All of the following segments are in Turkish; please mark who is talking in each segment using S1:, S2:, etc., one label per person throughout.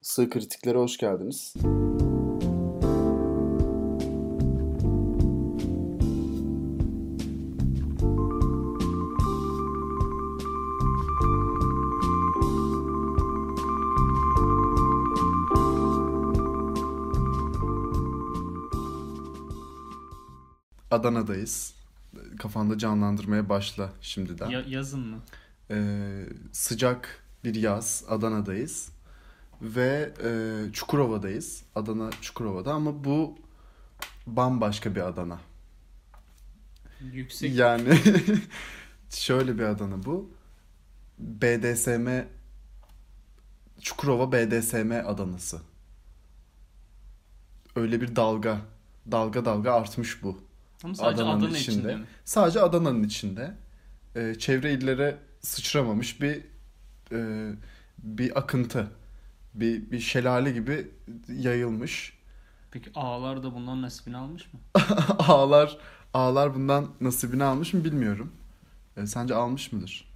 S1: Sığ Kritiklere hoş geldiniz. Adana'dayız. Kafanda canlandırmaya başla şimdiden.
S2: Ya- yazın mı?
S1: Ee, sıcak bir yaz Adana'dayız ve e, Çukurova'dayız. Adana Çukurova'da ama bu bambaşka bir Adana.
S2: Yüksek.
S1: Yani şöyle bir Adana bu. BDSM Çukurova BDSM Adanası. Öyle bir dalga, dalga dalga artmış bu.
S2: Ama sadece
S1: Adana'nın
S2: Adana, içinde.
S1: içinde.
S2: mi?
S1: Sadece Adana'nın içinde e, çevre illere sıçramamış bir e, bir akıntı, bir, bir şelale gibi yayılmış.
S2: Peki ağlar da bundan nasibini almış mı?
S1: ağlar ağlar bundan nasibini almış mı bilmiyorum. E, sence almış mıdır?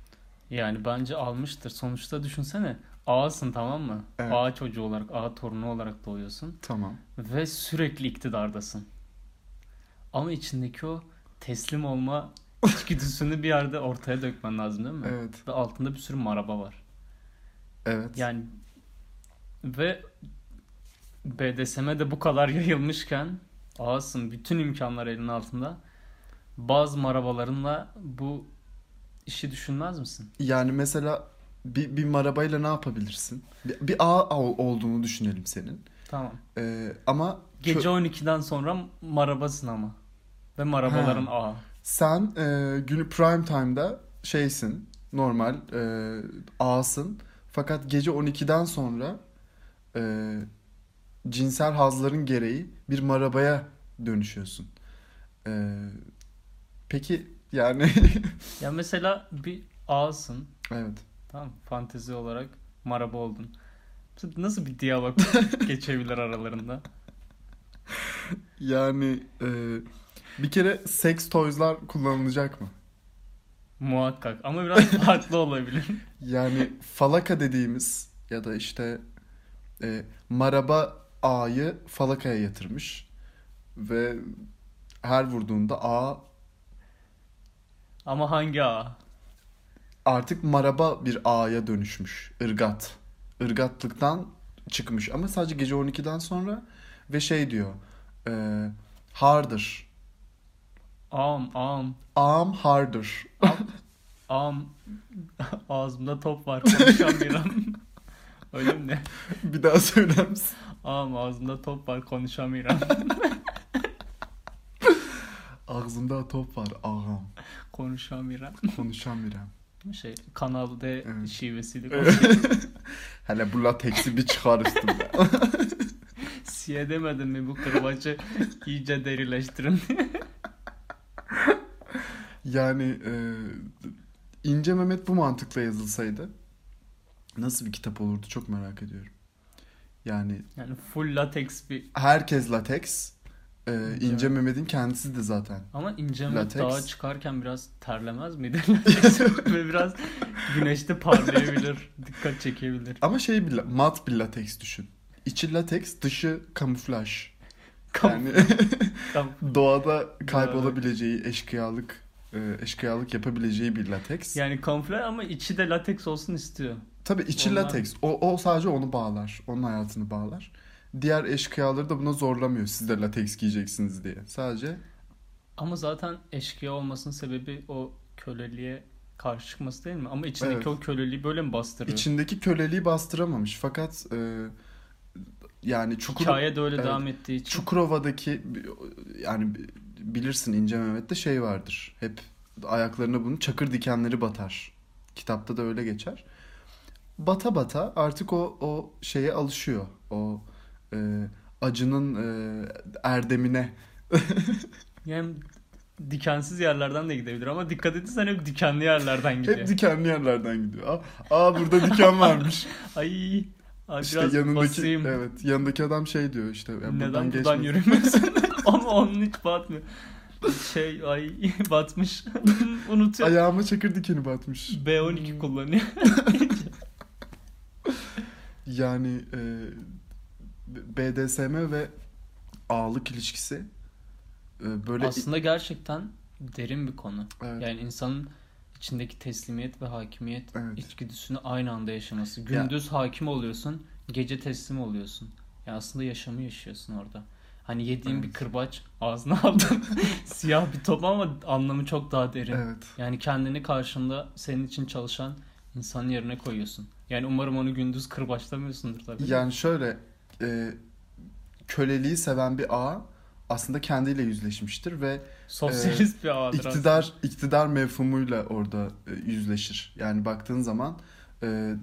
S2: Yani bence almıştır. Sonuçta düşünsene ağasın tamam mı?
S1: Evet.
S2: Ağa çocuğu olarak, ağa torunu olarak doğuyorsun.
S1: Tamam.
S2: Ve sürekli iktidardasın. Ama içindeki o teslim olma içgüdüsünü bir yerde ortaya dökmen lazım değil mi?
S1: Evet.
S2: Ve altında bir sürü maraba var.
S1: Evet.
S2: Yani ve BDSM de bu kadar yayılmışken ağasın bütün imkanlar elinin altında. Bazı marabalarınla bu işi düşünmez misin?
S1: Yani mesela bir, bir marabayla ne yapabilirsin? Bir, bir ağ ol- olduğunu düşünelim senin.
S2: Tamam.
S1: E, ama
S2: Gece
S1: kö-
S2: 12'den sonra marabasın ama. Ve marabaların
S1: Ha.
S2: ağı.
S1: sen e, günü prime time'da şeysin. Normal e, ağasın. Fakat gece 12'den sonra e, cinsel hazların gereği bir marabaya dönüşüyorsun. E, peki yani
S2: Ya mesela bir ağasın.
S1: evet.
S2: Tamam Fantezi olarak maraba oldun. Nasıl bir diyalog geçebilir aralarında?
S1: Yani e, bir kere seks toys'lar kullanılacak mı?
S2: Muhakkak. Ama biraz farklı olabilir.
S1: Yani falaka dediğimiz ya da işte e, maraba ağayı falakaya yatırmış ve her vurduğunda ağ
S2: Ama hangi ağa?
S1: artık maraba bir ağaya dönüşmüş. Irgat. Irgatlıktan çıkmış ama sadece gece 12'den sonra ve şey diyor e, harder.
S2: Ağam, ağam.
S1: Ağam harder.
S2: Ağam ağzımda top var konuşamıyorum. Öyle mi ne?
S1: bir daha söyler misin?
S2: Ağam ağzımda top var konuşamıyorum.
S1: Ağzımda top var ağam.
S2: konuşamıyorum.
S1: Konuşan birem.
S2: Şey Kanal D
S1: Evet.
S2: şivesiyle
S1: Evet.
S2: konuşuyor.
S1: Hele bu lateksi bir çıkar üstümde.
S2: Siye demedin mi bu kırbacı iyice derileştirin.
S1: Yani e, İnce Mehmet bu mantıkla yazılsaydı nasıl bir kitap olurdu çok merak ediyorum. Yani
S2: Yani full latex bir
S1: herkes lateks. E,
S2: İnce
S1: İnce Mehmet'in kendisi de zaten.
S2: ama ince mi
S1: Latex.
S2: dağa çıkarken biraz terlemez miydi? Latex Ve biraz güneşte parlayabilir. Dikkat çekebilir.
S1: Ama şey bir, la- mat bir lateks düşün. İçi lateks, dışı kamuflaj.
S2: Kam,
S1: Yani
S2: kam.
S1: doğada kaybolabileceği, eşkıyalık, e, eşkıyalık yapabileceği bir lateks.
S2: Yani kamufle ama içi de latex olsun istiyor.
S1: Tabii içi
S2: Onlar-
S1: lateks. O, o sadece onu bağlar. Onun hayatını bağlar. Diğer eşkıyaları da buna zorlamıyor. Siz de lateks giyeceksiniz diye. Sadece
S2: Ama zaten eşkıya olmasının sebebi o köleliğe karşı çıkması değil mi? Ama içindeki
S1: Evet.
S2: o köleliği böyle mi bastırıyor?
S1: içindeki köleliği bastıramamış. Fakat e, yani Çukur,
S2: Hikaye de öyle
S1: Evet.
S2: devam ettiği için.
S1: Çukurova'daki yani bilirsin İnce Mehmet'te şey vardır. Hep ayaklarına bunun çakır dikenleri batar. Kitapta da öyle geçer. Bata bata artık o o şeye alışıyor. O e, acının e, erdemine
S2: Yani dikensiz yerlerden de gidebilir ama dikkat etsen hep dikenli yerlerden gidiyor.
S1: Hep dikenli yerlerden gidiyor. Aa, aa burada diken varmış.
S2: Ay, ay
S1: işte
S2: biraz
S1: yanındaki
S2: basayım.
S1: evet yanındaki adam şey diyor işte ya
S2: Neden buradan,
S1: geçme.
S2: yürümüyorsun? ama onun hiç batmıyor. Şey ay batmış. Unutuyor.
S1: Ayağıma Hmm. çakır dikeni batmış.
S2: B12 kullanıyor.
S1: Yani e, BDSM ve ağlık ilişkisi e, böyle
S2: Aslında gerçekten derin bir konu.
S1: Evet.
S2: Yani insanın içindeki teslimiyet ve hakimiyet
S1: Evet.
S2: içgüdüsünü aynı anda yaşaması.
S1: Ya-
S2: Gündüz hakim oluyorsun, gece teslim oluyorsun. Ya aslında yaşamı yaşıyorsun orada. Hani yediğin bir
S1: Evet.
S2: kırbaç ağzına aldın. Siyah bir top ama anlamı çok daha derin.
S1: evet.
S2: Yani kendini karşında senin için çalışan insanın yerine koyuyorsun. Yani umarım onu gündüz kırbaçlamıyorsundur tabii.
S1: Yani şöyle e, köleliği seven bir ağa aslında kendiyle yüzleşmiştir ve
S2: Sosyalist bir ağdır aslında.
S1: e, iktidar iktidar mevhumuyla orada e, yüzleşir. Yani baktığın zaman e,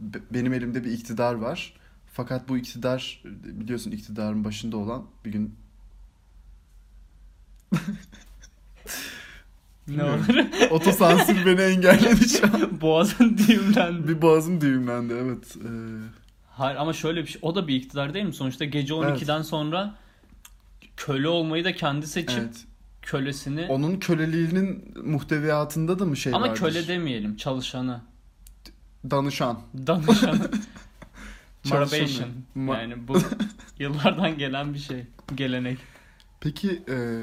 S1: be- benim elimde bir iktidar var. Fakat bu iktidar e, biliyorsun iktidarın başında olan bir gün
S2: Ne
S1: Bilmiyorum.
S2: olur.
S1: otosansür beni engelledi şu an.
S2: Boğazın düğümlendi.
S1: Bir boğazım düğümlendi evet. E,
S2: Hayır ama şöyle bir şey. O da bir iktidar değil mi? Sonuçta gece
S1: Evet.
S2: 12'den sonra köle olmayı da kendi seçip
S1: evet.
S2: kölesini
S1: Onun köleliğinin muhteviyatında da mı şey
S2: ama
S1: vardır?
S2: köle demeyelim çalışanı.
S1: Danışan.
S2: Danışanı.
S1: Çalışanı.
S2: Marabation.
S1: Ma-
S2: Yani bu yıllardan gelen bir şey. Gelenek.
S1: Peki e,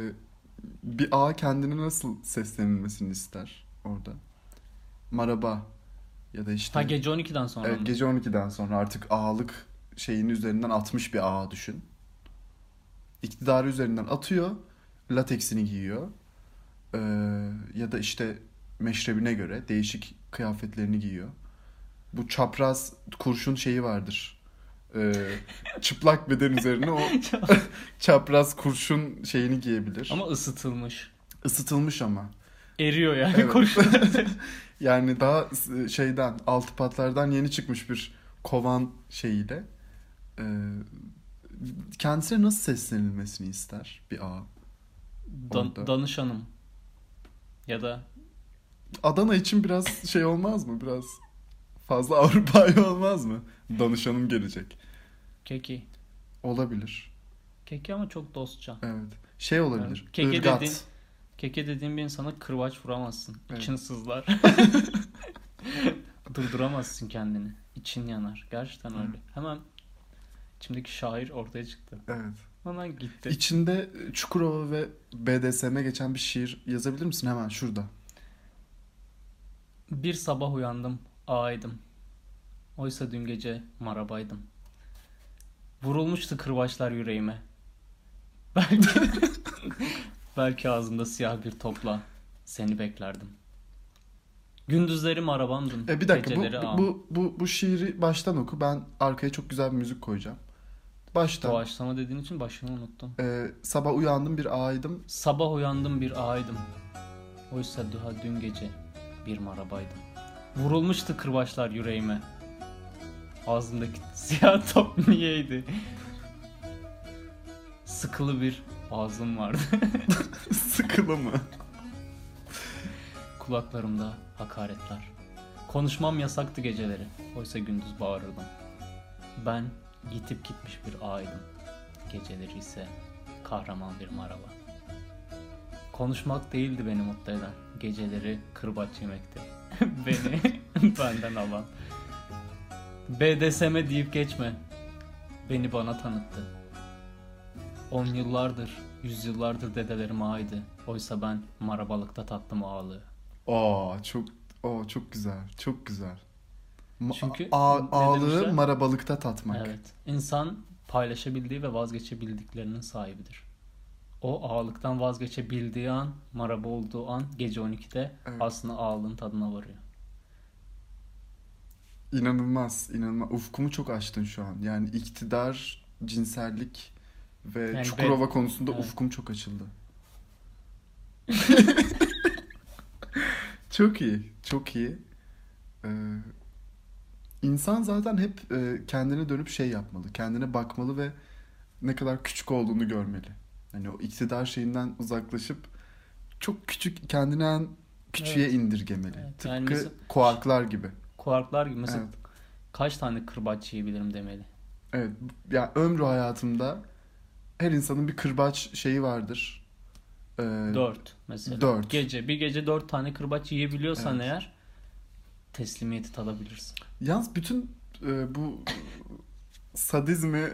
S1: bir ağa kendine nasıl seslenilmesini ister orada? Maraba ya da işte
S2: Ha gece 12'den sonra
S1: Evet,
S2: mı?
S1: gece 12'den sonra artık ağalık şeyin üzerinden atmış bir ağa düşün. İktidarı üzerinden atıyor, lateksini giyiyor. Ee, ya da işte meşrebine göre değişik kıyafetlerini giyiyor. Bu çapraz kurşun şeyi vardır. Ee, çıplak beden üzerine o çapraz kurşun şeyini giyebilir.
S2: ama ısıtılmış.
S1: Isıtılmış ama.
S2: Eriyor yani
S1: Evet.
S2: kurşun.
S1: Yani daha s- şeyden altı patlardan yeni çıkmış bir kovan şeyiyle e, kendisine nasıl seslenilmesini ister bir ağa?
S2: Dan-
S1: Orada.
S2: danışanım. Ya da
S1: Adana için biraz şey olmaz mı? Biraz fazla Avrupa'yı olmaz mı? Danışanım gelecek.
S2: keki.
S1: Olabilir.
S2: Keki ama çok dostça.
S1: Evet. Şey olabilir.
S2: Evet. Keke
S1: ırgat.
S2: dediğin- Keke dediğin bir insana kırbaç vuramazsın.
S1: Evet.
S2: İçin sızlar. Durduramazsın kendini. İçin yanar. Gerçekten
S1: Evet.
S2: öyle. Hemen içimdeki şair ortaya çıktı.
S1: Evet.
S2: Hemen gitti.
S1: İçinde Çukurova ve BDSM geçen bir şiir yazabilir misin hemen şurada?
S2: Bir sabah uyandım. Ağaydım. Oysa dün gece marabaydım. Vurulmuştu kırbaçlar yüreğime. Belki belki ağzımda siyah bir topla seni beklerdim. Gündüzlerim arabamdın.
S1: E bir dakika bu,
S2: geceleri ağam.
S1: bu bu bu şiiri baştan oku. Ben arkaya çok güzel bir müzik koyacağım. Baştan.
S2: Doğaçlama dediğin için başını unuttum.
S1: E, sabah uyandım bir ağaydım.
S2: Sabah uyandım bir ağaydım. Oysa daha dün gece bir marabaydım. Vurulmuştu kırbaçlar yüreğime. Ağzımdaki siyah top niyeydi? Sıkılı bir ağzım vardı.
S1: Sıkılı mı?
S2: Kulaklarımda hakaretler. Konuşmam yasaktı geceleri. Oysa gündüz bağırırdım. Ben yitip gitmiş bir ağaydım. Geceleri ise kahraman bir maraba. Konuşmak değildi beni mutlu eden. Geceleri kırbaç yemekti. beni benden alan. BDSM deyip geçme. Beni bana tanıttı. On yıllardır, yüzyıllardır dedelerim ağaydı. Oysa ben marabalıkta tattım ağalığı.
S1: Aa çok o çok güzel. Çok güzel. Ma-
S2: Çünkü
S1: a-
S2: ne
S1: ağlığı
S2: demişler?
S1: marabalıkta tatmak.
S2: Evet. İnsan paylaşabildiği ve vazgeçebildiklerinin sahibidir. O ağalıktan vazgeçebildiği an, maraba olduğu an gece 12'de
S1: Evet.
S2: aslında ağalığın tadına varıyor.
S1: İnanılmaz, inanılmaz. Ufkumu çok açtın şu an. Yani iktidar, cinsellik ve
S2: Yani
S1: Çukurova konusunda
S2: Evet.
S1: ufkum çok açıldı. çok iyi, çok iyi. Ee, insan zaten hep e, kendine dönüp şey yapmalı, kendine bakmalı ve ne kadar küçük olduğunu görmeli. Hani o iktidar şeyinden uzaklaşıp çok küçük kendine en küçüğe indirgemeli.
S2: Evet,
S1: Tıpkı
S2: yani mesela-
S1: kuarklar gibi.
S2: Kuarklar gibi mesela
S1: Evet.
S2: kaç tane kırbaç yiyebilirim demeli.
S1: Evet. Ya ömrü hayatımda her insanın bir kırbaç şeyi vardır. Ee,
S2: 4 mesela.
S1: Dört.
S2: Gece bir gece 4 tane kırbaç yiyebiliyorsan
S1: Evet.
S2: eğer teslimiyeti tadabilirsin.
S1: Yalnız bütün e, bu sadizmi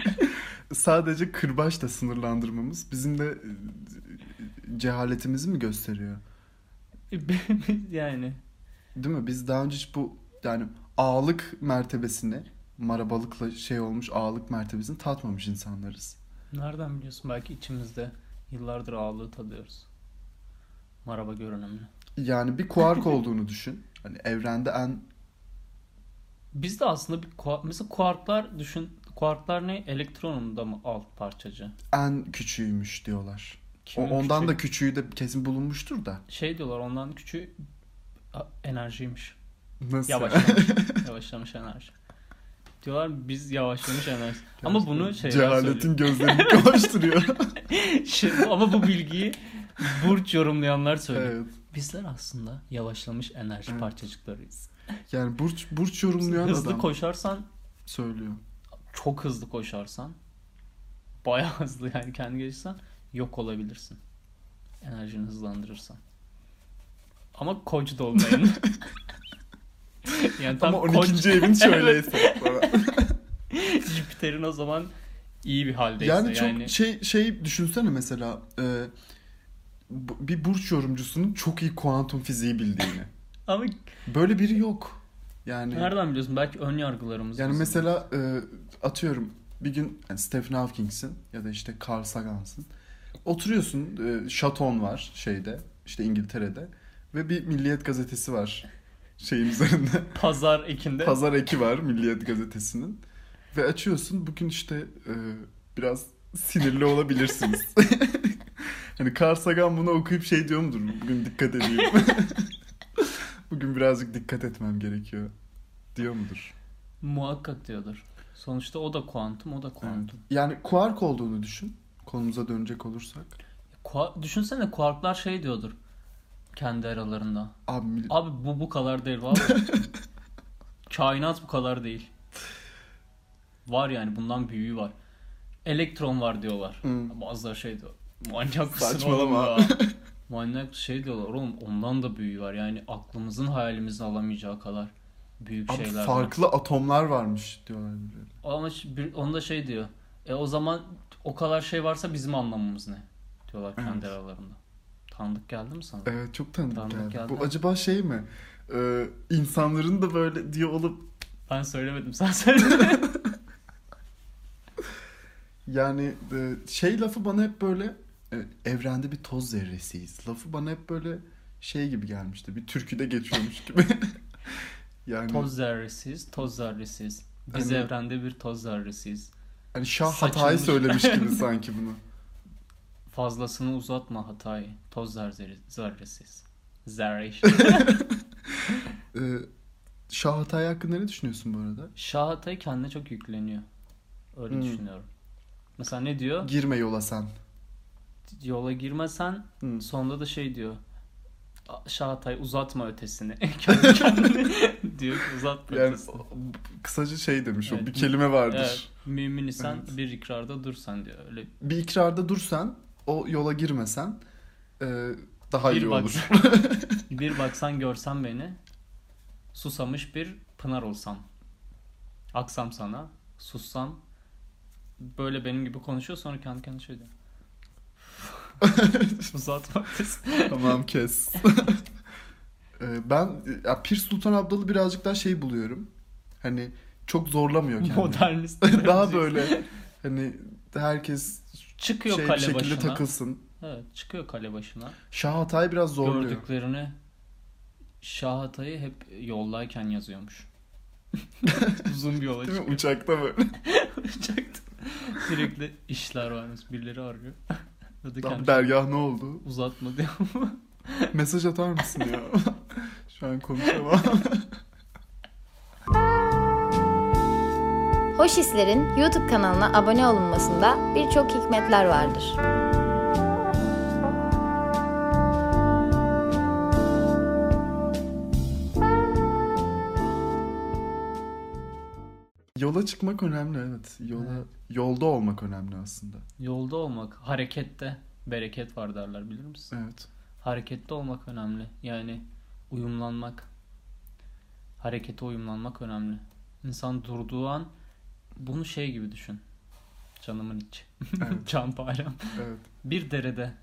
S1: sadece kırbaçla sınırlandırmamız bizim de e, cehaletimizi mi gösteriyor?
S2: E, yani
S1: Değil mi? Biz daha önce hiç bu yani ağalık mertebesini marabalıkla şey olmuş ağalık mertebesini tatmamış insanlarız.
S2: nereden biliyorsun belki içimizde yıllardır ağırlığı tadıyoruz. Maraba görünümlü.
S1: Yani bir kuark olduğunu düşün. Hani evrende en
S2: Biz de aslında bir kuar- mesela kuarklar düşün kuarklar ne? Elektronun da mı alt parçacı?
S1: en küçüğüymüş diyorlar. O-
S2: Kimin
S1: ondan
S2: küçüğü?
S1: da küçüğü de kesin bulunmuştur da.
S2: şey diyorlar ondan küçüğü a- enerjiymiş.
S1: Nasıl?
S2: Yavaşlamış. yavaşlamış enerji. Diyorlar biz yavaşlamış enerji. Ama bunu şey
S1: Cehaletin gözlerini kamaştırıyor.
S2: Şimdi- ama bu bilgiyi burç yorumlayanlar söylüyor.
S1: evet.
S2: Bizler aslında yavaşlamış enerji
S1: Evet.
S2: parçacıklarıyız.
S1: Yani burç burç yorumlayan
S2: hızlı
S1: adam
S2: koşarsan,
S1: söylüyor.
S2: çok hızlı koşarsan, bayağı hızlı yani kendi gelişsen yok olabilirsin. Enerjini hızlandırırsan. Ama koç da olmayın. yani tam
S1: Ama
S2: koç
S1: 12. evin şöyleyse.
S2: Jüpiter'in o zaman iyi bir haldeyse
S1: yani
S2: yani.
S1: çok şey şey düşünsene mesela e, bu- bir burç yorumcusunun çok iyi kuantum fiziği bildiğini.
S2: Ama
S1: Böyle biri yok. Yani
S2: nereden biliyorsun? Belki ön yargılarımız.
S1: Yani
S2: bizim.
S1: mesela e, atıyorum bir gün yani Stephen Hawking'sin ya da işte Carl Sagan'sın. Oturuyorsun, e, şaton var şeyde, işte İngiltere'de ve bir Milliyet gazetesi var şeyin üzerinde.
S2: pazar ekinde
S1: Pazar eki var Milliyet gazetesinin. Ve açıyorsun bugün işte e, biraz sinirli olabilirsiniz. hani Carl Sagan bunu okuyup şey diyor mudur? Bugün dikkat edeyim. bugün birazcık dikkat etmem gerekiyor diyor mudur?
S2: muhakkak diyordur. Sonuçta o da kuantum, o da kuantum.
S1: Yani kuark olduğunu düşün. Konumuza dönecek olursak.
S2: Kua- düşünsene kuarklar şey diyordur kendi aralarında.
S1: Abi mil-
S2: Abi bu bu kadar değil var. Kainat bu kadar değil. Var yani bundan büyüğü var. Elektron var diyorlar.
S1: Hı.
S2: Bazıları şey diyor. Manyak mısın
S1: Saçmalama.
S2: oğlum ya? Manyak şey diyorlar oğlum ondan da büyüğü var. Yani aklımızın hayalimizin alamayacağı kadar büyük
S1: abi
S2: şeyler var.
S1: farklı atomlar varmış diyorlar birbirine.
S2: Ama ş- bir, onda şey diyor. E o zaman o kadar şey varsa bizim anlamamız ne? Diyorlar kendi
S1: Evet.
S2: aralarında. Tanıdık geldi mi sana?
S1: Evet çok tanıdık
S2: Tanıdık
S1: geldi.
S2: geldi.
S1: Bu acaba şey mi? Ee, insanların da böyle diyor olup
S2: Ben söylemedim sen söyledin.
S1: yani e, şey lafı bana hep böyle e, evrende bir toz zerresiyiz. Lafı bana hep böyle şey gibi gelmişti. Bir türküde geçiyormuş gibi. yani
S2: toz zerresiyiz, toz zerresiyiz. Biz
S1: Hani-
S2: evrende bir toz zerresiyiz.
S1: hani Şah
S2: saçılmış.
S1: hatayı söylemiş gibi sanki bunu.
S2: Fazlasını uzatma hatayı. Toz zerre- zerresiyiz. Zerre.
S1: Ee, Şah hatayı hakkında ne düşünüyorsun bu arada?
S2: Şah hatayı kendine çok yükleniyor. Öyle
S1: Hmm.
S2: düşünüyorum. Mesela ne diyor?
S1: Girme yola sen.
S2: Yola girmesen
S1: Hı.
S2: Sonunda da şey diyor. "A- Şahatay uzatma ötesini. Kendi kendine diyor ki uzatma
S1: Yani
S2: ötesini.
S1: o- bu- kısaca şey demiş o
S2: Evet.
S1: bir kelime vardır.
S2: Evet, mümin isen
S1: Evet.
S2: bir ikrarda dursan diyor. Öyle
S1: Bir ikrarda dursan o yola girmesen e, daha
S2: bir
S1: iyi olur.
S2: baksan, bir baksan görsen beni susamış bir pınar olsam. Aksam sana, sussam böyle benim gibi konuşuyor sonra kendi kendine şey diyor. uzatma ötesini.
S1: tamam kes. E, ben ya Pir Sultan Abdal'ı birazcık daha şey buluyorum. Hani çok zorlamıyor kendini.
S2: Modernist.
S1: daha böyle hani herkes
S2: çıkıyor
S1: şey bir
S2: kale
S1: şekilde
S2: başına.
S1: takılsın.
S2: Evet, çıkıyor kale başına.
S1: Şah Hatay biraz zorluyor.
S2: gördüklerini Şahatay'ı hep yoldayken yazıyormuş. Uzun bir yola
S1: Değil mi?
S2: çıkıyor.
S1: Uçakta böyle.
S2: Uçakta. Sürekli işler varmış. Birileri arıyor. Dedi
S1: Lan
S2: kendi
S1: dergah ne oldu?
S2: uzatma diyor.
S1: Mesaj atar mısın ya? Şu an konuşamam.
S3: Hoş Hisler'in YouTube kanalına abone olunmasında birçok hikmetler vardır.
S1: Yola çıkmak önemli evet. Yola
S2: Evet.
S1: yolda olmak önemli aslında.
S2: Yolda olmak, harekette bereket var derler bilir misin?
S1: Evet.
S2: Harekette olmak önemli. Yani uyumlanmak. Harekete uyumlanmak önemli. İnsan durduğu an bunu şey gibi düşün. Canımın içi.
S1: Evet.
S2: Can param.
S1: Evet.
S2: Bir derede.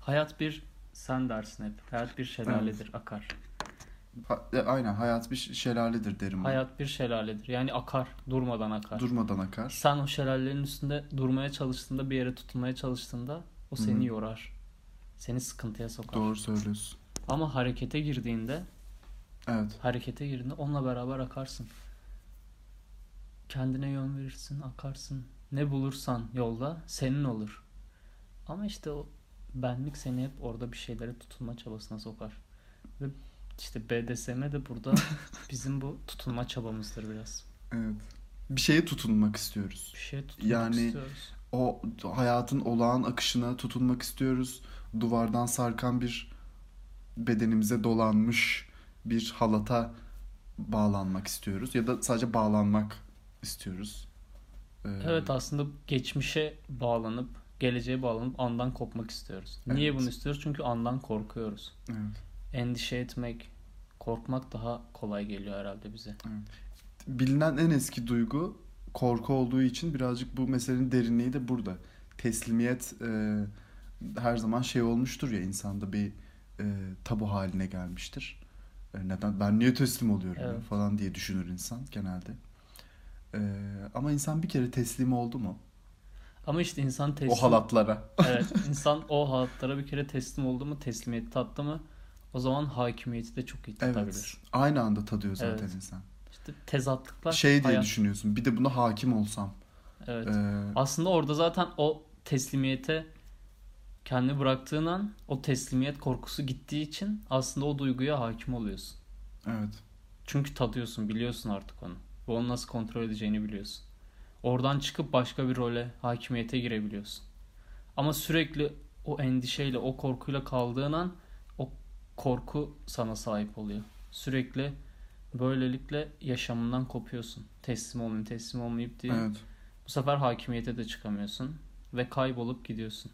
S2: Hayat bir sen dersin hep. Hayat bir şelaledir akar.
S1: Ha- e, aynen hayat bir ş- şelaledir derim. ben.
S2: Hayat bir şelaledir. Yani akar. Durmadan akar.
S1: Durmadan akar.
S2: Sen o şelalenin üstünde durmaya çalıştığında bir yere tutunmaya çalıştığında o seni
S1: Hı hı.
S2: yorar. Seni sıkıntıya sokar.
S1: Doğru söylüyorsun.
S2: Ama harekete girdiğinde
S1: Evet.
S2: harekete girdiğinde onunla beraber akarsın. Kendine yön verirsin, akarsın. Ne bulursan yolda senin olur. Ama işte o benlik seni hep orada bir şeylere tutunma çabasına sokar. Ve işte BDSM de burada bizim bu tutunma çabamızdır biraz.
S1: Evet. Bir şeye tutunmak istiyoruz.
S2: Bir şeye tutunmak
S1: Yani-
S2: istiyoruz.
S1: O hayatın olağan akışına tutunmak istiyoruz. Duvardan sarkan bir bedenimize dolanmış bir halata bağlanmak istiyoruz ya da sadece bağlanmak istiyoruz. Ee,
S2: Evet aslında geçmişe bağlanıp geleceğe bağlanıp andan kopmak istiyoruz. Niye
S1: Evet.
S2: bunu istiyoruz? Çünkü andan korkuyoruz.
S1: evet.
S2: Endişe etmek, korkmak daha kolay geliyor herhalde bize.
S1: bilinen en eski duygu korku olduğu için birazcık bu meselenin derinliği de burada. Teslimiyet e, her zaman şey olmuştur ya insanda bir e, tabu haline gelmiştir. E, neden ben niye teslim oluyorum ya
S2: Evet.
S1: falan diye düşünür insan genelde. E, ama insan bir kere teslim oldu mu?
S2: Ama işte insan teslim...
S1: O halatlara.
S2: Evet, insan o halatlara bir kere teslim oldu mu, teslimiyeti tattı mı o zaman hakimiyeti de çok iyi
S1: Evet.
S2: tutabilir.
S1: Aynı anda tadıyor zaten
S2: Evet.
S1: insan.
S2: İşte tezatlıklar
S1: Şey diye
S2: hayat-
S1: düşünüyorsun. Bir de buna hakim olsam.
S2: Evet.
S1: E,
S2: Aslında orada zaten o teslimiyete kendi bıraktığın an o teslimiyet korkusu gittiği için aslında o duyguya hakim oluyorsun.
S1: evet.
S2: Çünkü tadıyorsun, biliyorsun artık onu. Ve onu nasıl kontrol edeceğini biliyorsun. Oradan çıkıp başka bir role, hakimiyete girebiliyorsun. Ama sürekli o endişeyle, o korkuyla kaldığın an o korku sana sahip oluyor. Sürekli böylelikle yaşamından kopuyorsun. Teslim olmayayım, teslim olmayıp diye.
S1: Evet.
S2: Bu sefer hakimiyete de çıkamıyorsun ve kaybolup gidiyorsun.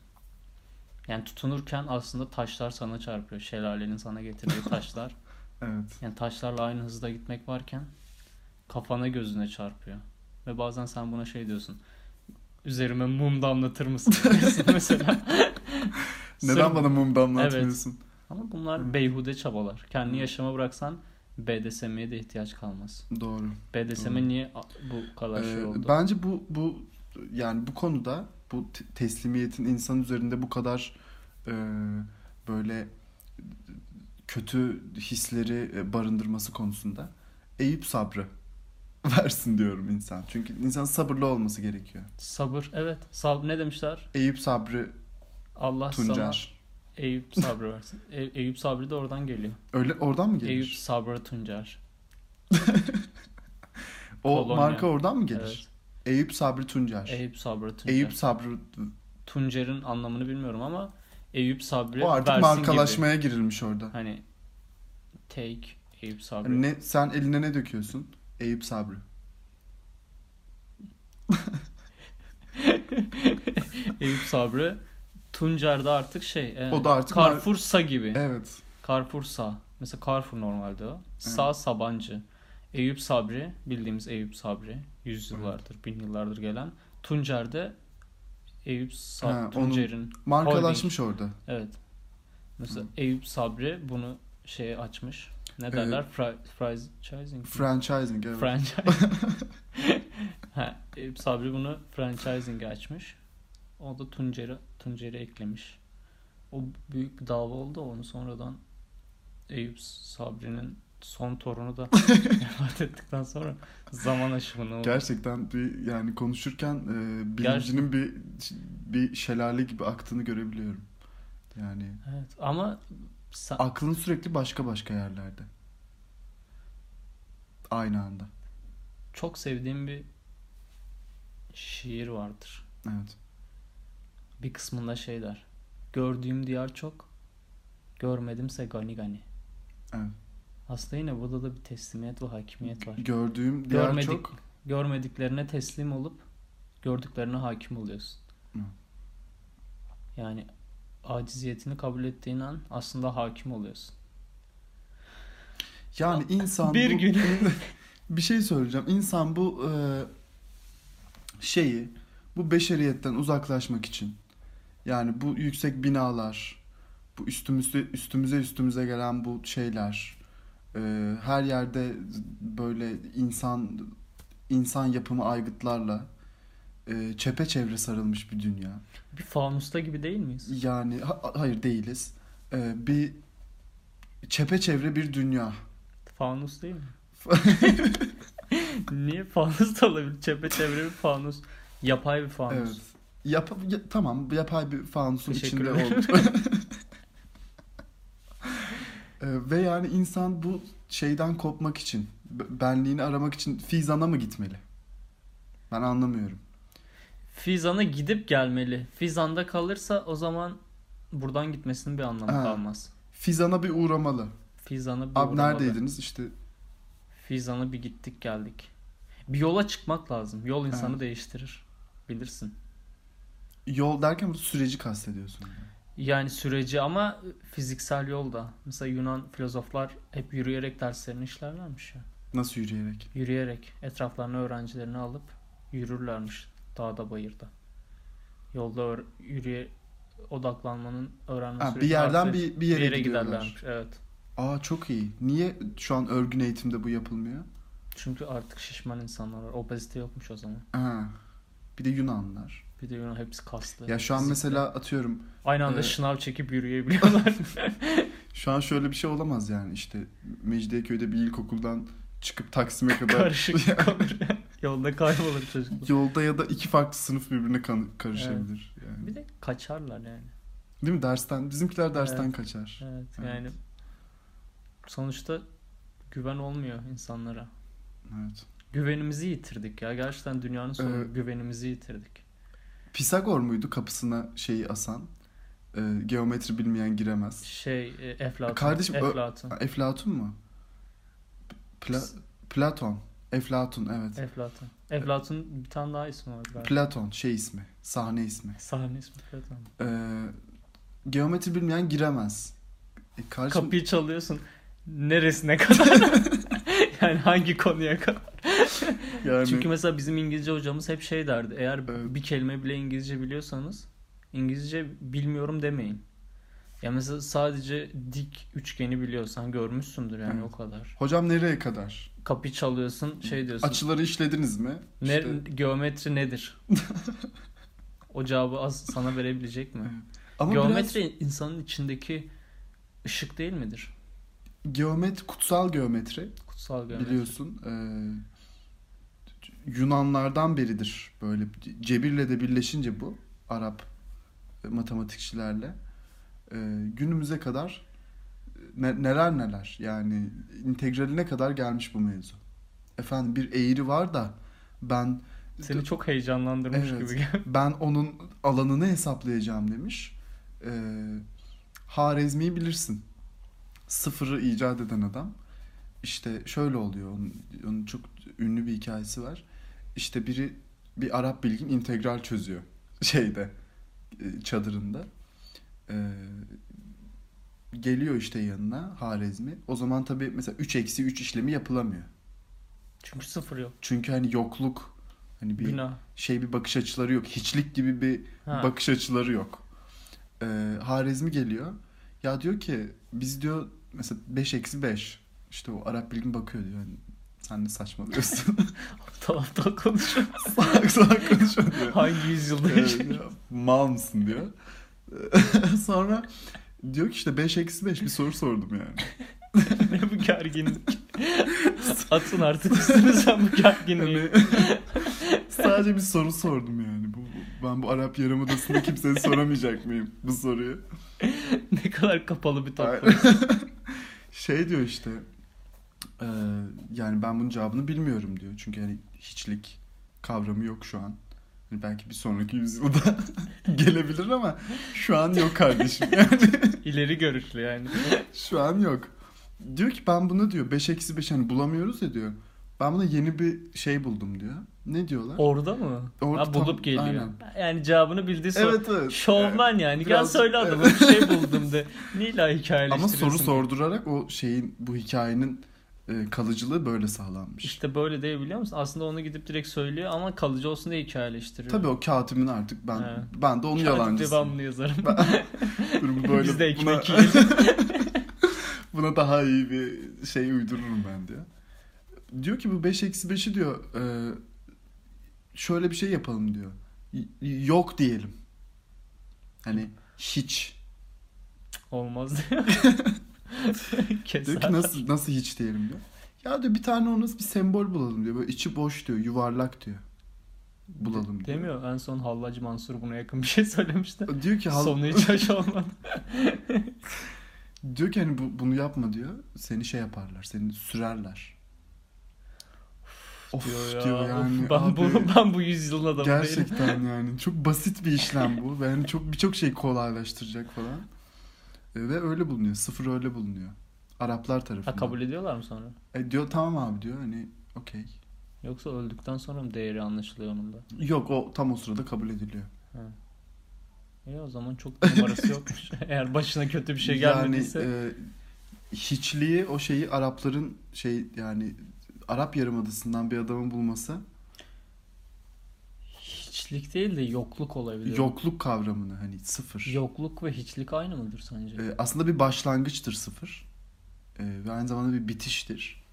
S2: Yani tutunurken aslında taşlar sana çarpıyor. Şelalenin sana getirdiği taşlar.
S1: Evet.
S2: Yani taşlarla aynı hızda gitmek varken kafana gözüne çarpıyor. Ve bazen sen buna şey diyorsun. Üzerime mum damlatır mısın? diyorsun mesela.
S1: Neden
S2: Sırf-
S1: bana Hmm. mum damlatmıyorsun?
S2: Ama bunlar
S1: Hı.
S2: beyhude çabalar. Kendi
S1: Hı.
S2: yaşama bıraksan BDSM'ye de ihtiyaç kalmaz.
S1: Doğru.
S2: BDSM
S1: Doğru.
S2: niye a- bu kadar şey
S1: Hmm. Ee,
S2: oldu?
S1: Bence bu bu yani bu konuda bu te- teslimiyetin insan üzerinde bu kadar e, böyle kötü hisleri e, barındırması konusunda Eyüp sabrı versin diyorum insan. Çünkü insan sabırlı olması gerekiyor.
S2: Sabır. Evet. Sab ne demişler?
S1: Eyüp sabrı
S2: Allah sana
S1: Tuncer.
S2: Eyüp sabrı versin. E- Eyüp sabrı da oradan geliyor.
S1: Öyle oradan mı gelir?
S2: Eyüp sabrı Tuncer.
S1: o
S2: Polonya.
S1: marka oradan mı gelir?
S2: Evet.
S1: Eyüp Sabri Tuncer. Eyüp,
S2: Eyüp sabrı Tuncer.
S1: Sabrı
S2: Tuncer'in anlamını bilmiyorum ama Eyüp Sabri
S1: o artık
S2: versin gibi.
S1: markalaşmaya girilmiş orada. Hani
S2: Hani take Eyüp Sabri.
S1: Ne sen eline ne döküyorsun? Eyüp Sabri.
S2: Eyüp Sabri Tuncer'de artık şey. e,
S1: O da artık mar-
S2: Carrefour'sa gibi.
S1: Evet.
S2: Carrefour'sa. Mesela Carrefour normalde o. Sağ Sabancı. Eyüp Sabri bildiğimiz Eyüp Sabri yüzyıllardır, bin yıllardır gelen. Tuncer'de Eyüp
S1: Ha,
S2: Sabri
S1: onun-
S2: Tuncer'in
S1: Markalaşmış orada.
S2: Evet. Mesela Eyüp Sabri bunu şeye açmış. Ne derler?
S1: Ee,
S2: Fra- franchising. mi?
S1: Franchising evet.
S2: Franchise. ha, Eyüp Sabri bunu franchising'e açmış. O da Tuncer'e Tuncer'e eklemiş. O büyük bir dava oldu. Onu sonradan Eyüp Sabri'nin son torunu da vefat ettikten sonra zaman aşımını oldu.
S1: Gerçekten bir yani konuşurken e, bilincinin bir bir şelale gibi aktığını görebiliyorum. Yani
S2: Evet ama sen-
S1: aklın sürekli başka başka yerlerde. Aynı anda.
S2: çok sevdiğim bir şiir vardır.
S1: Evet.
S2: Bir kısmında şey der. Gördüğüm diyar çok. Görmedimse gani gani.
S1: Evet.
S2: Aslında yine burada da bir teslimiyet ve hakimiyet var.
S1: Gördüğüm diğer
S2: Görmedik.
S1: çok
S2: Görmediklerine teslim olup gördüklerine hakim oluyorsun.
S1: Hı.
S2: Yani aciziyetini kabul ettiğin an aslında hakim oluyorsun.
S1: yani insan
S2: Bir
S1: bu-
S2: gün-
S1: bir şey söyleyeceğim. İnsan bu e, şeyi, bu beşeriyetten uzaklaşmak için yani bu yüksek binalar, bu üstümüze üstümüze üstümüze gelen bu şeyler, e, her yerde böyle insan insan yapımı aygıtlarla e, çepeçevre sarılmış bir dünya.
S2: Bir fanusta gibi değil miyiz?
S1: Yani ha- hayır değiliz. E, bir çepeçevre bir dünya.
S2: Fanus değil mi? Niye fanus da olabilir? Çepeçevre bir fanus. Yapay bir fanus.
S1: Evet. Yap ya- tamam bu yapay bir fanusun
S2: Teşekkür
S1: içinde
S2: ederim.
S1: oldu. Ee, Ve yani insan bu şeyden kopmak için, b- benliğini aramak için Fizan'a mı gitmeli? Ben anlamıyorum.
S2: Fizan'a gidip gelmeli. Fizan'da kalırsa o zaman buradan gitmesinin bir anlamı
S1: Ha.
S2: kalmaz.
S1: Fizan'a bir uğramalı.
S2: Fizan'a bir
S1: Abi
S2: uğramalı.
S1: neredeydiniz? İşte
S2: Fizan'a bir gittik geldik. Bir yola çıkmak lazım. Yol insanı
S1: Evet.
S2: değiştirir. Bilirsin.
S1: yol derken bu süreci kastediyorsun.
S2: Yani süreci ama fiziksel yolda. Mesela Yunan filozoflar hep yürüyerek derslerini işlerlermiş ya.
S1: Nasıl yürüyerek?
S2: Yürüyerek etraflarına öğrencilerini alıp yürürlermiş dağda bayırda. Yolda ör- yürüye odaklanmanın öğrenme
S1: Ha, bir
S2: süreci
S1: yerden
S2: artı-
S1: bir, bir yere,
S2: bir yere
S1: gidiyorlar.
S2: giderlermiş. Evet.
S1: Aa çok iyi. Niye şu an örgün eğitimde bu yapılmıyor?
S2: Çünkü artık şişman insanlar var. Obezite yokmuş o zaman.
S1: Ha. Bir de Yunanlar.
S2: Bir de Yunan hepsi kaslı.
S1: Ya şu an
S2: fizikli.
S1: mesela atıyorum
S2: Aynı anda
S1: e,
S2: şınav çekip yürüyebiliyorlar.
S1: Şu an şöyle bir şey olamaz yani işte Mecidiyeköy'de bir ilkokuldan çıkıp Taksim'e kadar
S2: Karışık kalır. Yolda kaybolur çocuklar.
S1: yolda ya da iki farklı sınıf birbirine kan- karışabilir. Yani.
S2: Bir de kaçarlar yani.
S1: Değil mi? Dersten. Bizimkiler dersten
S2: Evet.
S1: kaçar.
S2: Evet,
S1: Evet.
S2: yani sonuçta güven olmuyor insanlara.
S1: Evet.
S2: Güvenimizi yitirdik ya. Gerçekten dünyanın sonu
S1: Evet.
S2: güvenimizi yitirdik.
S1: Pisagor muydu kapısına şeyi asan? Ee, geometri bilmeyen giremez.
S2: Şey e, Eflatun.
S1: Kardeşim, ö-
S2: Eflatun.
S1: Ha, Eflatun mu? Pla-
S2: Pis-
S1: Platon. Eflatun evet.
S2: Eflatun. Eflatun bir tane daha ismi var galiba.
S1: Platon şey ismi. Sahne ismi.
S2: Sahne ismi Platon.
S1: Ee, geometri bilmeyen giremez. E, kardeşim,
S2: Kapıyı çalıyorsun. Neresine kadar? yani hangi konuya kadar?
S1: yani-
S2: Çünkü mesela bizim İngilizce hocamız hep şey derdi. Eğer
S1: Evet.
S2: bir kelime bile İngilizce biliyorsanız İngilizce bilmiyorum demeyin. Ya mesela sadece dik üçgeni biliyorsan görmüşsündür yani
S1: Evet.
S2: o kadar.
S1: Hocam nereye kadar?
S2: Kapı çalıyorsun şey diyorsun.
S1: Açıları işlediniz mi?
S2: ne,
S1: İşte-
S2: Geometri nedir? o cevabı az sana verebilecek mi?
S1: ama
S2: geometri insanın içindeki ışık değil midir?
S1: biraz geomet kutsal geometri
S2: Kutsal geometri.
S1: biliyorsun. e, Yunanlardan beridir böyle cebirle de birleşince bu Arap e, matematikçilerle e, günümüze kadar e, ne- neler neler yani integraline kadar gelmiş bu mevzu. Efendim bir eğri var da ben
S2: Seni çok heyecanlandırmış
S1: Evet.
S2: gibi. gel-
S1: ben onun alanını hesaplayacağım demiş. Ee, Harezmi'yi bilirsin. Sıfırı icat eden adam. İşte şöyle oluyor. Onun, onun çok ünlü bir hikayesi var. İşte biri bir Arap bilgin integral çözüyor. Şeyde e, çadırında. Ee, geliyor işte yanına Harezmi. O zaman tabii mesela 3 eksi 3 işlemi yapılamıyor.
S2: Çünkü sıfır yok.
S1: Çünkü hani yokluk hani bir
S2: Günah.
S1: şey bir bakış açıları yok. Hiçlik gibi bir
S2: Ha.
S1: bakış açıları yok. Ee, Harezmi geliyor. Ya diyor ki biz diyor mesela 5 eksi 5. İşte o Arap bilgin bakıyor diyor. Yani, sen de saçmalıyorsun.
S2: Aptal aptal konuşuyor.
S1: salak salak konuşuyor diyor.
S2: Hangi yüzyılda
S1: Ee,
S2: yaşıyoruz?
S1: diyor, Mal mısın diyor. Sonra diyor ki işte 5 eksi 5 bir soru sordum yani.
S2: ne bu gerginlik? Atın artık üstünüzden bu gerginliği.
S1: Hani sadece bir soru sordum yani. Bu, bu- ben bu Arap Yarımadası'nda kimseye soramayacak mıyım bu soruyu?
S2: ne kadar kapalı bir toplum.
S1: Aynen. şey diyor işte eee, yani ben bunun cevabını bilmiyorum diyor. Çünkü hani hiçlik kavramı yok şu an. Hani belki bir sonraki yüzyılda gelebilir ama şu an yok kardeşim. Yani
S2: İleri görüşlü yani.
S1: şu an yok. Diyor ki ben bunu diyor 5 eksi 5 hani bulamıyoruz ya diyor. Ben buna yeni bir şey buldum diyor. Ne diyorlar?
S2: Orada mı?
S1: Orada
S2: ha,
S1: tam-
S2: bulup geliyor.
S1: aynen.
S2: Yani cevabını bildiği sor.
S1: Evet evet.
S2: Şovman yani.
S1: Biraz-
S2: Gel söyle adama bir şey buldum de. Ne illa hikayeleştiriyorsun?
S1: Ama soru
S2: ki?
S1: sordurarak o şeyin bu hikayenin e, kalıcılığı böyle sağlanmış.
S2: İşte böyle değil biliyor musun? Aslında onu gidip direkt söylüyor ama kalıcı olsun diye hikayeleştiriyor.
S1: Tabii o katimin artık ben
S2: He.
S1: ben de onun
S2: Hikayede
S1: yalancısıyım.
S2: devamlı yazarım.
S1: Dur, bu böyle
S2: Biz
S1: buna,
S2: de ekmek yiyelim.
S1: buna daha iyi bir şey uydururum ben diyor. Diyor ki bu 5 eksi 5'i diyor e, şöyle bir şey yapalım diyor. Y- Yok diyelim. Hani hiç.
S2: Olmaz diyor.
S1: Diyor
S2: Keser.
S1: ki nasıl nasıl hiç diyelim diyor. Ya diyor bir tane ona bir sembol bulalım diyor. Böyle içi boş diyor, yuvarlak diyor. Bulalım diyor.
S2: Demiyor. En son Hallacı Mansur buna yakın bir şey söylemişti.
S1: Diyor ki hal-
S2: Sonu hiç hoş olmadı.
S1: diyor ki hani bu, bunu yapma diyor. Seni şey yaparlar. Seni sürerler. Of diyor, yani.
S2: Of, ben,
S1: abi,
S2: bu, ben bu yüzyılın adamı değilim.
S1: gerçekten yani çok basit bir işlem bu ve yani çok birçok şeyi kolaylaştıracak falan. E, Ve öyle bulunuyor. Sıfır öyle bulunuyor. Araplar tarafından.
S2: Ha kabul ediyorlar mı sonra?
S1: E, diyor tamam abi diyor hani okey.
S2: Yoksa öldükten sonra mı değeri anlaşılıyor onun da?
S1: Yok o tam o sırada kabul ediliyor.
S2: E o zaman çok numarası yokmuş. Eğer başına kötü bir şey gelmediyse.
S1: Yani e, hiçliği o şeyi Arapların şey yani Arap Yarımadası'ndan bir adamın bulması
S2: Hiçlik değil de yokluk olabilir.
S1: yokluk kavramını hani sıfır.
S2: Yokluk ve hiçlik aynı mıdır sence?
S1: E, aslında bir başlangıçtır sıfır. E, ve aynı zamanda bir bitiştir.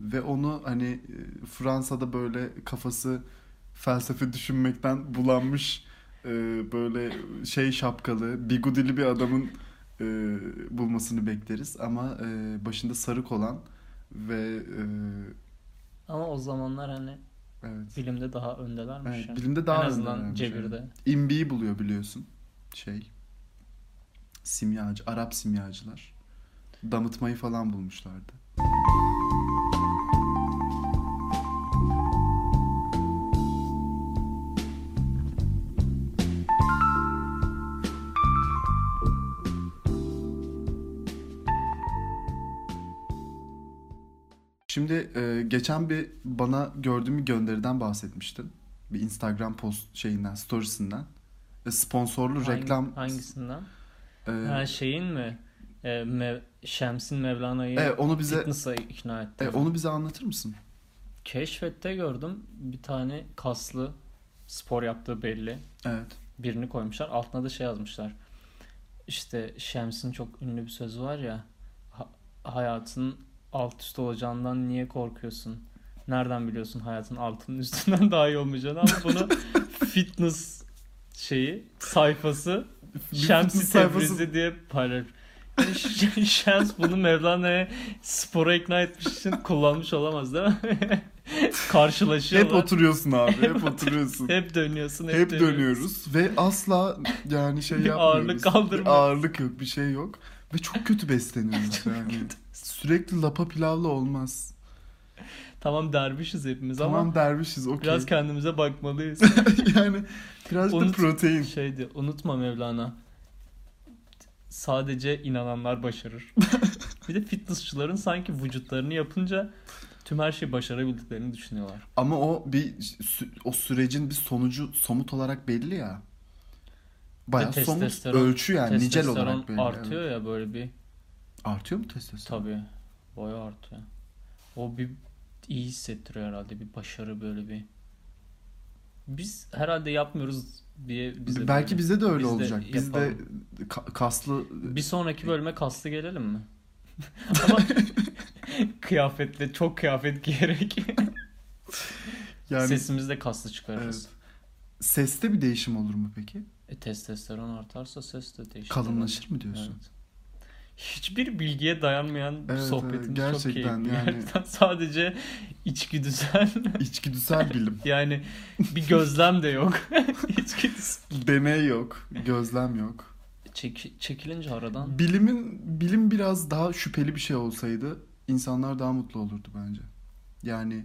S1: Ve onu hani e, Fransa'da böyle kafası felsefe düşünmekten bulanmış e, böyle şey şapkalı, bigudili bir adamın e, bulmasını bekleriz. Ama e, başında sarık olan ve e,
S2: Ama o zamanlar hani
S1: evet,
S2: bilimde daha öndelermiş.
S1: evet,
S2: yani.
S1: bilimde daha
S2: en azından
S1: önemli. şey.
S2: cebirde.
S1: İmbi'yi buluyor biliyorsun. Şey simyacı, Arap simyacılar. Damıtmayı falan bulmuşlardı. Şimdi e, geçen bir bana gördüğüm bir gönderiden bahsetmiştin. Bir Instagram post şeyinden, storiesinden. E, sponsorlu
S2: Hangi-
S1: reklam.
S2: hangisinden?
S1: e,
S2: Ha şeyin mi? E, Mev- Şems'in Mevlana'yı
S1: e, onu bize
S2: fitness'a ikna etti.
S1: e, onu bize anlatır mısın?
S2: Keşfette gördüm bir tane kaslı spor yaptığı belli.
S1: Evet.
S2: birini koymuşlar. Altına da şey yazmışlar. İşte Şems'in çok ünlü bir sözü var ya. "Ha- Hayatın alt üst olacağından niye korkuyorsun? Nereden biliyorsun hayatın altının üstünden daha iyi olmayacağını ama bunu fitness şeyi sayfası
S1: Bir
S2: Şems'i
S1: fitness sayfası-
S2: Tebriz'i diye paylaşmış. Ş- Şems bunu Mevlana'ya spora ikna etmiş için kullanmış olamaz değil mi?
S1: Hep
S2: Karşılaşıyorlar. Şey Hep,
S1: oturuyorsun abi, hep oturuyorsun.
S2: dönüyorsun. Hep,
S1: Hep,
S2: dönüyorsun.
S1: dönüyoruz ve asla yani şey
S2: Bir
S1: yapmıyoruz.
S2: ağırlık
S1: Bir
S2: kaldırmıyoruz.
S1: ağırlık yok, bir şey yok ve çok kötü besleniyoruz yani. Sürekli lapa pilavla olmaz.
S2: Tamam dervişiz hepimiz ama
S1: Tamam dervişiz, okey.
S2: Biraz kendimize bakmalıyız.
S1: yani birazcık da
S2: Unut-
S1: protein.
S2: Şeydi, unutma Mevlana. Sadece inananlar başarır. bir de fitnessçıların sanki vücutlarını yapınca tüm her şeyi başarabildiklerini düşünüyorlar.
S1: Ama o bir sü- o sürecin bir sonucu somut olarak belli ya. Bayağı somut
S2: testosteron-
S1: ölçü yani nicel
S2: Testosteron
S1: olarak belli.
S2: artıyor
S1: evet.
S2: ya böyle bir.
S1: Artıyor mu testosteron?
S2: Tabii. Boyu artıyor. O bir iyi hissettiriyor herhalde. Bir başarı böyle bir. Biz herhalde yapmıyoruz diye bize
S1: Belki
S2: böyle-
S1: bizde de öyle
S2: biz de
S1: olacak. Biz de
S2: yapalım.
S1: ka- kaslı
S2: Bir sonraki bölüme kaslı gelelim mi? Ama kıyafetle çok kıyafet giyerek
S1: yani
S2: sesimizde kaslı çıkarırız.
S1: seste bir değişim olur mu peki?
S2: E, testosteron artarsa ses de değişir.
S1: Kalınlaşır mı diyorsun?
S2: Evet. Hiçbir bilgiye dayanmayan
S1: Evet,
S2: sohbetimiz
S1: evet,
S2: çok keyifli.
S1: gerçekten yani.
S2: Gerçekten Sadece içgüdüsel
S1: İçgüdüsel bilim.
S2: yani bir gözlem de yok. İçgüdüsel.
S1: Deney yok, gözlem yok.
S2: Çek, çekilince aradan
S1: Bilimin bilim biraz daha şüpheli bir şey olsaydı insanlar daha mutlu olurdu bence. Yani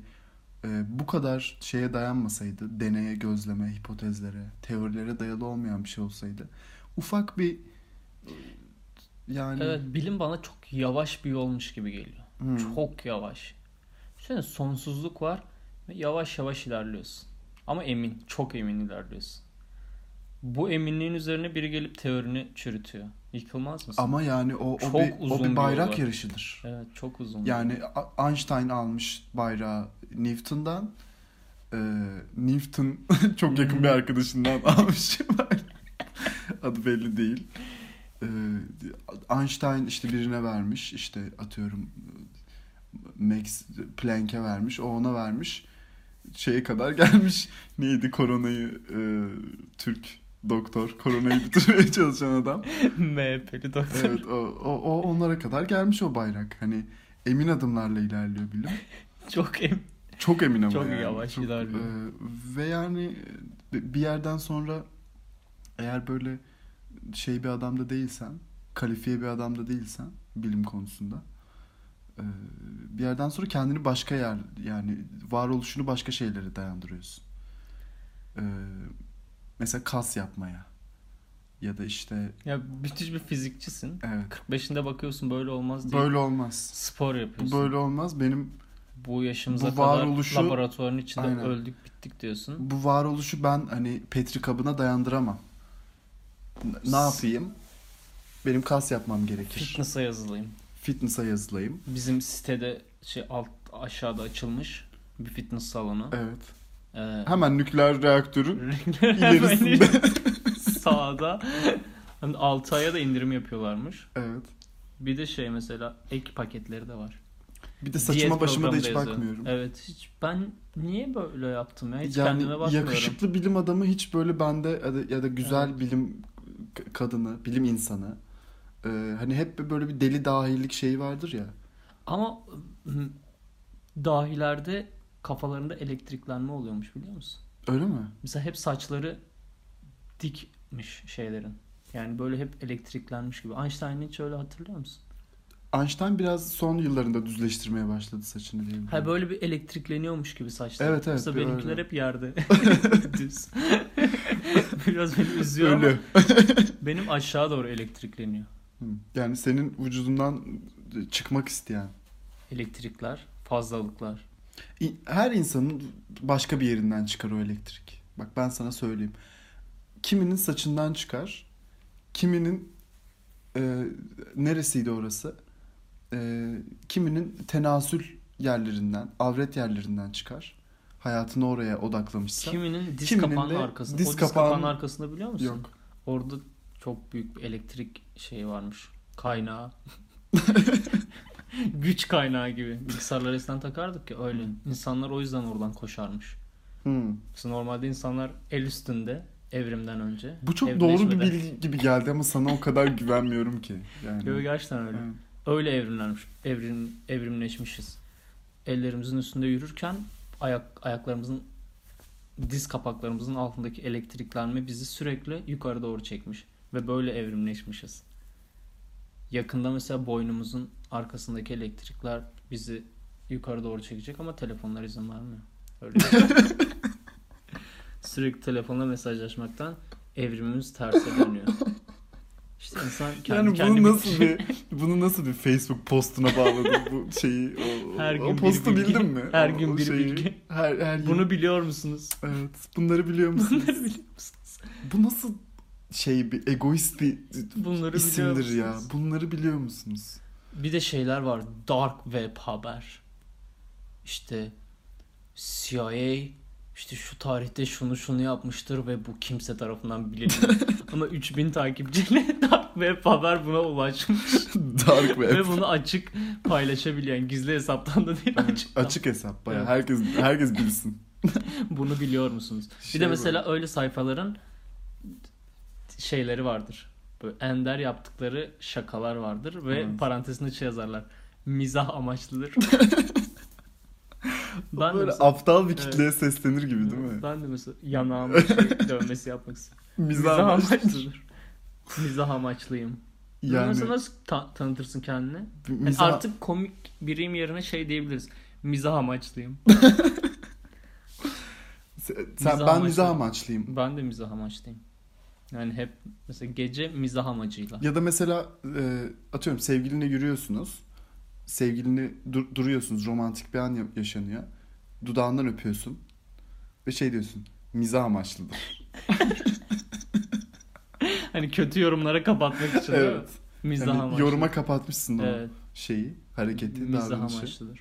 S1: e, bu kadar şeye dayanmasaydı, deneye, gözleme, hipotezlere, teorilere dayalı olmayan bir şey olsaydı ufak bir e, yani
S2: Evet bilim bana çok yavaş bir yolmuş gibi geliyor.
S1: Hmm.
S2: Çok yavaş. Düşünsene sonsuzluk var ve yavaş yavaş ilerliyorsun. Ama emin, çok emin ilerliyorsun. Bu eminliğin üzerine biri gelip teorini çürütüyor. Yıkılmaz mısın?
S1: Ama yani o,
S2: Çok
S1: o, bir,
S2: uzun
S1: o
S2: bir
S1: bir bayrak
S2: yol var.
S1: yarışıdır.
S2: Evet çok uzun.
S1: Yani A- Einstein almış bayrağı Newton'dan. Ee, Newton çok yakın bir arkadaşından almış bayrağı. Adı belli değil. Ee, Einstein işte birine vermiş. işte atıyorum Max Planck'e vermiş. O ona vermiş. Şeye kadar gelmiş. Neydi koronayı e, Türk doktor koronayı bitirmeye çalışan adam.
S2: MHP'li doktor.
S1: Evet o, o, o onlara kadar gelmiş o bayrak. Hani emin adımlarla ilerliyor bilim.
S2: Çok em
S1: Çok emin ama.
S2: Çok
S1: yani.
S2: yavaş ilerliyor.
S1: e, ve yani e, bir yerden sonra eğer böyle şey bir adamda değilsen, kalifiye bir adamda değilsen bilim konusunda e, bir yerden sonra kendini başka yer yani varoluşunu başka şeylere dayandırıyorsun. E, mesela kas yapmaya ya da işte
S2: Ya müthiş bir fizikçisin.
S1: evet
S2: 45'inde bakıyorsun böyle olmaz diye.
S1: böyle olmaz.
S2: Spor
S1: Bu
S2: yapıyorsun.
S1: böyle olmaz. Benim
S2: Bu yaşımıza
S1: Bu
S2: kadar
S1: varoluşu-
S2: laboratuvarın içinde
S1: Aynen.
S2: öldük bittik diyorsun.
S1: bu varoluşu ben hani petri kabına dayandıramam. N- Ne yapayım? Benim kas yapmam gerekir.
S2: Fitness'a yazılayım.
S1: Fitness'a yazılayım.
S2: Bizim sitede şey alt aşağıda açılmış bir fitness salonu.
S1: Evet.
S2: Ee,
S1: Hemen nükleer reaktörün
S2: ilerisinde
S1: ilerisinde.
S2: sağda hani 6 aya da indirim yapıyorlarmış.
S1: evet.
S2: Bir de şey mesela ek paketleri de var.
S1: Bir de
S2: Diyet
S1: saçıma başıma da hiç
S2: programı yazıyor.
S1: bakmıyorum.
S2: Evet hiç ben niye böyle yaptım ya hiç kendime
S1: Yani
S2: bakmıyorum.
S1: yakışıklı bilim adamı hiç böyle bende ya da, ya da güzel
S2: Evet.
S1: bilim k- kadını, bilim insanı. Ee, hani hep böyle bir deli dahilik şeyi vardır ya.
S2: Ama hı, dahilerde kafalarında elektriklenme oluyormuş biliyor musun?
S1: Öyle mi?
S2: Mesela hep saçları dikmiş şeylerin. Yani böyle hep elektriklenmiş gibi. Einstein'ı hiç öyle hatırlıyor musun?
S1: Einstein biraz son yıllarında düzleştirmeye başladı saçını diye. biliyorum.
S2: Ha böyle bir elektrikleniyormuş gibi saçları.
S1: Evet, evet,
S2: Mesela
S1: bir
S2: benimkiler
S1: öyle.
S2: hep yerde. Düz. Biraz beni üzüyor ama
S1: Öyle.
S2: benim aşağı doğru elektrikleniyor.
S1: Hı. Yani senin vücudundan çıkmak isteyen.
S2: Elektrikler, fazlalıklar.
S1: İ- Her insanın başka bir yerinden çıkar o elektrik. Bak ben sana söyleyeyim. Kiminin saçından çıkar. Kiminin e, neresiydi orası? E, kiminin tenasül yerlerinden, avret yerlerinden çıkar. Hayatını oraya odaklamışsa.
S2: Kiminin diz
S1: kiminin
S2: kapağının
S1: de
S2: arkasında.
S1: diz
S2: o diz
S1: kapağının-
S2: kapağının arkasında biliyor musun?
S1: Yok.
S2: Orada çok büyük bir elektrik şeyi varmış. Kaynağı. Güç kaynağı gibi. Bilgisayarlar eskiden takardık ya öyle. İnsanlar o yüzden oradan koşarmış.
S1: Hı.
S2: Mesela normalde insanlar el üstünde evrimden önce.
S1: Bu çok doğru bir
S2: evrimleşmeden-
S1: bilgi gibi geldi ama sana o kadar güvenmiyorum ki. Yani.
S2: Yo, gerçekten öyle.
S1: Evet.
S2: Öyle evrimlenmiş, evrim, evrimleşmişiz. Ellerimizin üstünde yürürken ayak ayaklarımızın diz kapaklarımızın altındaki elektriklenme bizi sürekli yukarı doğru çekmiş ve böyle evrimleşmişiz. Yakında mesela boynumuzun arkasındaki elektrikler bizi yukarı doğru çekecek ama telefonlar izin vermiyor. Öyle. şey. Sürekli telefonla mesajlaşmaktan evrimimiz terse dönüyor. İşte insan kendi
S1: yani bunu
S2: kendini-
S1: nasıl bir bunu nasıl bir Facebook postuna bağladın bu şeyi o,
S2: Her
S1: o
S2: gün bir
S1: postu
S2: bilgi,
S1: bildin mi?
S2: her
S1: O-
S2: gün
S1: o
S2: bir bilgi.
S1: Her, her gün-
S2: Bunu biliyor musunuz?
S1: evet bunları biliyor musun?
S2: Bunları biliyor musunuz?
S1: bu nasıl şey bir egoist bir
S2: Bunları biliyor
S1: isimdir ya.
S2: musunuz?
S1: Bunları biliyor musunuz?
S2: Bir de şeyler var. Dark Web haber. İşte CIA işte şu tarihte şunu şunu yapmıştır ve bu kimse tarafından bilinmiyor. Ama 3000 takipçiyle Dark Web haber buna ulaşmış.
S1: Dark web.
S2: Ve bunu açık paylaşabilen gizli hesaptan da değil açık.
S1: Açık hesap bayağı.
S2: Evet.
S1: Herkes herkes bilsin.
S2: Bunu biliyor musunuz?
S1: Şey
S2: bir de
S1: böyle.
S2: mesela öyle sayfaların şeyleri vardır. Böyle ender yaptıkları şakalar vardır ve
S1: Evet.
S2: parantezinde şey yazarlar. Mizah amaçlıdır. ben de
S1: Böyle
S2: mesela,
S1: aptal bir
S2: Evet.
S1: kitleye seslenir gibi değil mi?
S2: ben de mesela yanağıma şey dövmesi yapmak istiyorum.
S1: Mizah
S2: Mizah
S1: amaçlı.
S2: amaçlıdır. Mizah amaçlıyım. Yani,
S1: Yani
S2: nasıl ta- tanıtırsın kendini? Yani
S1: mizah-
S2: artık komik biriyim yerine şey diyebiliriz. Mizah amaçlıyım.
S1: sen, ben
S2: mizah amaçlı.
S1: mizah amaçlıyım.
S2: Ben de mizah amaçlıyım. Yani hep mesela gece mizah amacıyla.
S1: Ya da mesela e, atıyorum sevgiline yürüyorsunuz. Sevgilini dur- duruyorsunuz. Romantik bir an ya- yaşanıyor. Dudağından öpüyorsun. Ve şey diyorsun. Mizah amaçlıdır.
S2: Hani kötü yorumlara kapatmak için değil mi?
S1: Evet.
S2: Mizah
S1: Hani
S2: amaçlı.
S1: yoruma kapatmışsın
S2: evet,
S1: o şeyi, hareketi,
S2: mizah
S1: davranışı.
S2: amaçlıdır.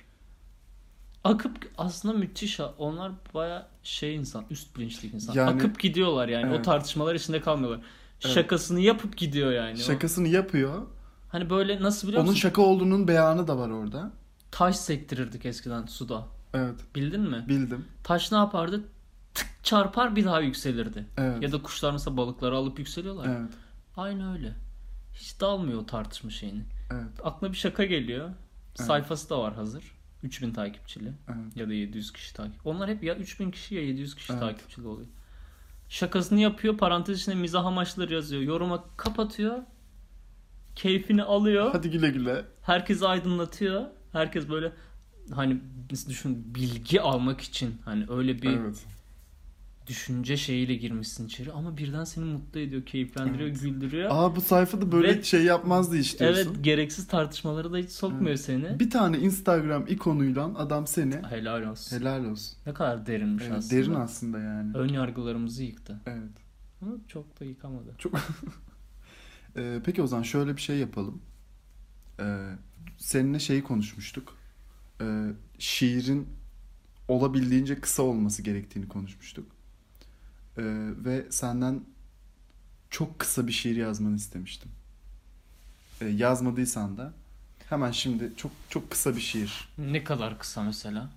S2: Akıp aslında müthiş ha- onlar baya şey insan üst bilinçli insan.
S1: Yani-
S2: Akıp gidiyorlar yani o
S1: Evet.
S2: tartışmalar içinde kalmıyorlar.
S1: Evet.
S2: Şakasını yapıp gidiyor yani. O-
S1: Şakasını yapıyor.
S2: Hani böyle nasıl biliyor
S1: Onun
S2: musun?
S1: şaka olduğunun beyanı da var orada.
S2: Taş sektirirdik eskiden suda.
S1: Evet,
S2: Bildin mi?
S1: bildim.
S2: Taş ne yapardı? Tık çarpar bir daha yükselirdi.
S1: Evet.
S2: Ya da kuşlar mesela balıkları alıp yükseliyorlar.
S1: Evet.
S2: Aynı öyle. Hiç dalmıyor o tartışma şeyini.
S1: Evet.
S2: Aklına bir şaka geliyor.
S1: Evet.
S2: Sayfası da var hazır. 3000 takipçili
S1: Evet.
S2: ya da 700 kişi takip. Onlar hep ya 3000 kişi ya 700 kişi
S1: Evet.
S2: takipçili oluyor. Şakasını yapıyor, parantez içinde mizah amaçları yazıyor. Yoruma kapatıyor. Keyfini alıyor.
S1: Hadi güle güle.
S2: herkesi aydınlatıyor. Herkes böyle hani biz düşün bilgi almak için hani öyle bir
S1: Evet.
S2: düşünce şeyiyle girmişsin içeri ama birden seni mutlu ediyor, keyiflendiriyor, güldürüyor.
S1: Aa bu sayfada böyle
S2: Ve-
S1: şey yapmazdı hiç
S2: evet,
S1: diyorsun.
S2: gereksiz tartışmalara da hiç sokmuyor seni.
S1: Bir tane Instagram ikonuyla adam seni
S2: Helal olsun.
S1: helal olsun.
S2: Ne kadar derinmiş
S1: Evet,
S2: aslında.
S1: derin aslında yani.
S2: Ön yargılarımızı yıktı.
S1: Evet.
S2: Ama çok da yıkamadı.
S1: Ee, peki o zaman şöyle bir şey yapalım. Ee, seninle şeyi konuşmuştuk. Ee, şiirin olabildiğince kısa olması gerektiğini konuşmuştuk. Ee, ve senden çok kısa bir şiir yazmanı istemiştim. Ee, yazmadıysan da hemen şimdi çok çok kısa bir şiir.
S2: Ne kadar kısa mesela?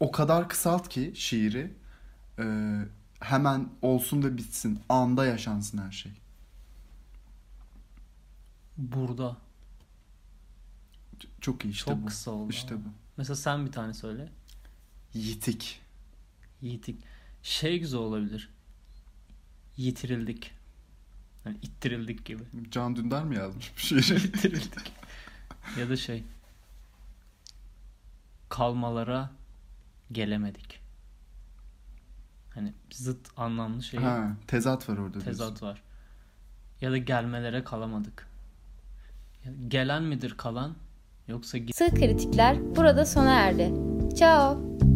S1: O kadar kısalt ki şiiri e, hemen olsun da bitsin. Anda yaşansın her şey.
S2: Burada.
S1: Ç- Çok iyi işte
S2: çok
S1: bu.
S2: kısa oldu.
S1: İşte
S2: ama.
S1: bu.
S2: Mesela sen bir tane söyle.
S1: Yitik.
S2: Yitik. Şey güzel olabilir. Yitirildik. Hani ittirildik gibi.
S1: Can Dündar mı yazmış bu
S2: Şey,
S1: şiiri?
S2: Yitirildik. ya da şey. Kalmalara gelemedik. Hani zıt anlamlı şey
S1: ha, tezat var orada diyorsun.
S2: tezat var. Ya da gelmelere kalamadık. Ya gelen midir kalan yoksa
S3: Sığ kritikler burada sona erdi. Ciao.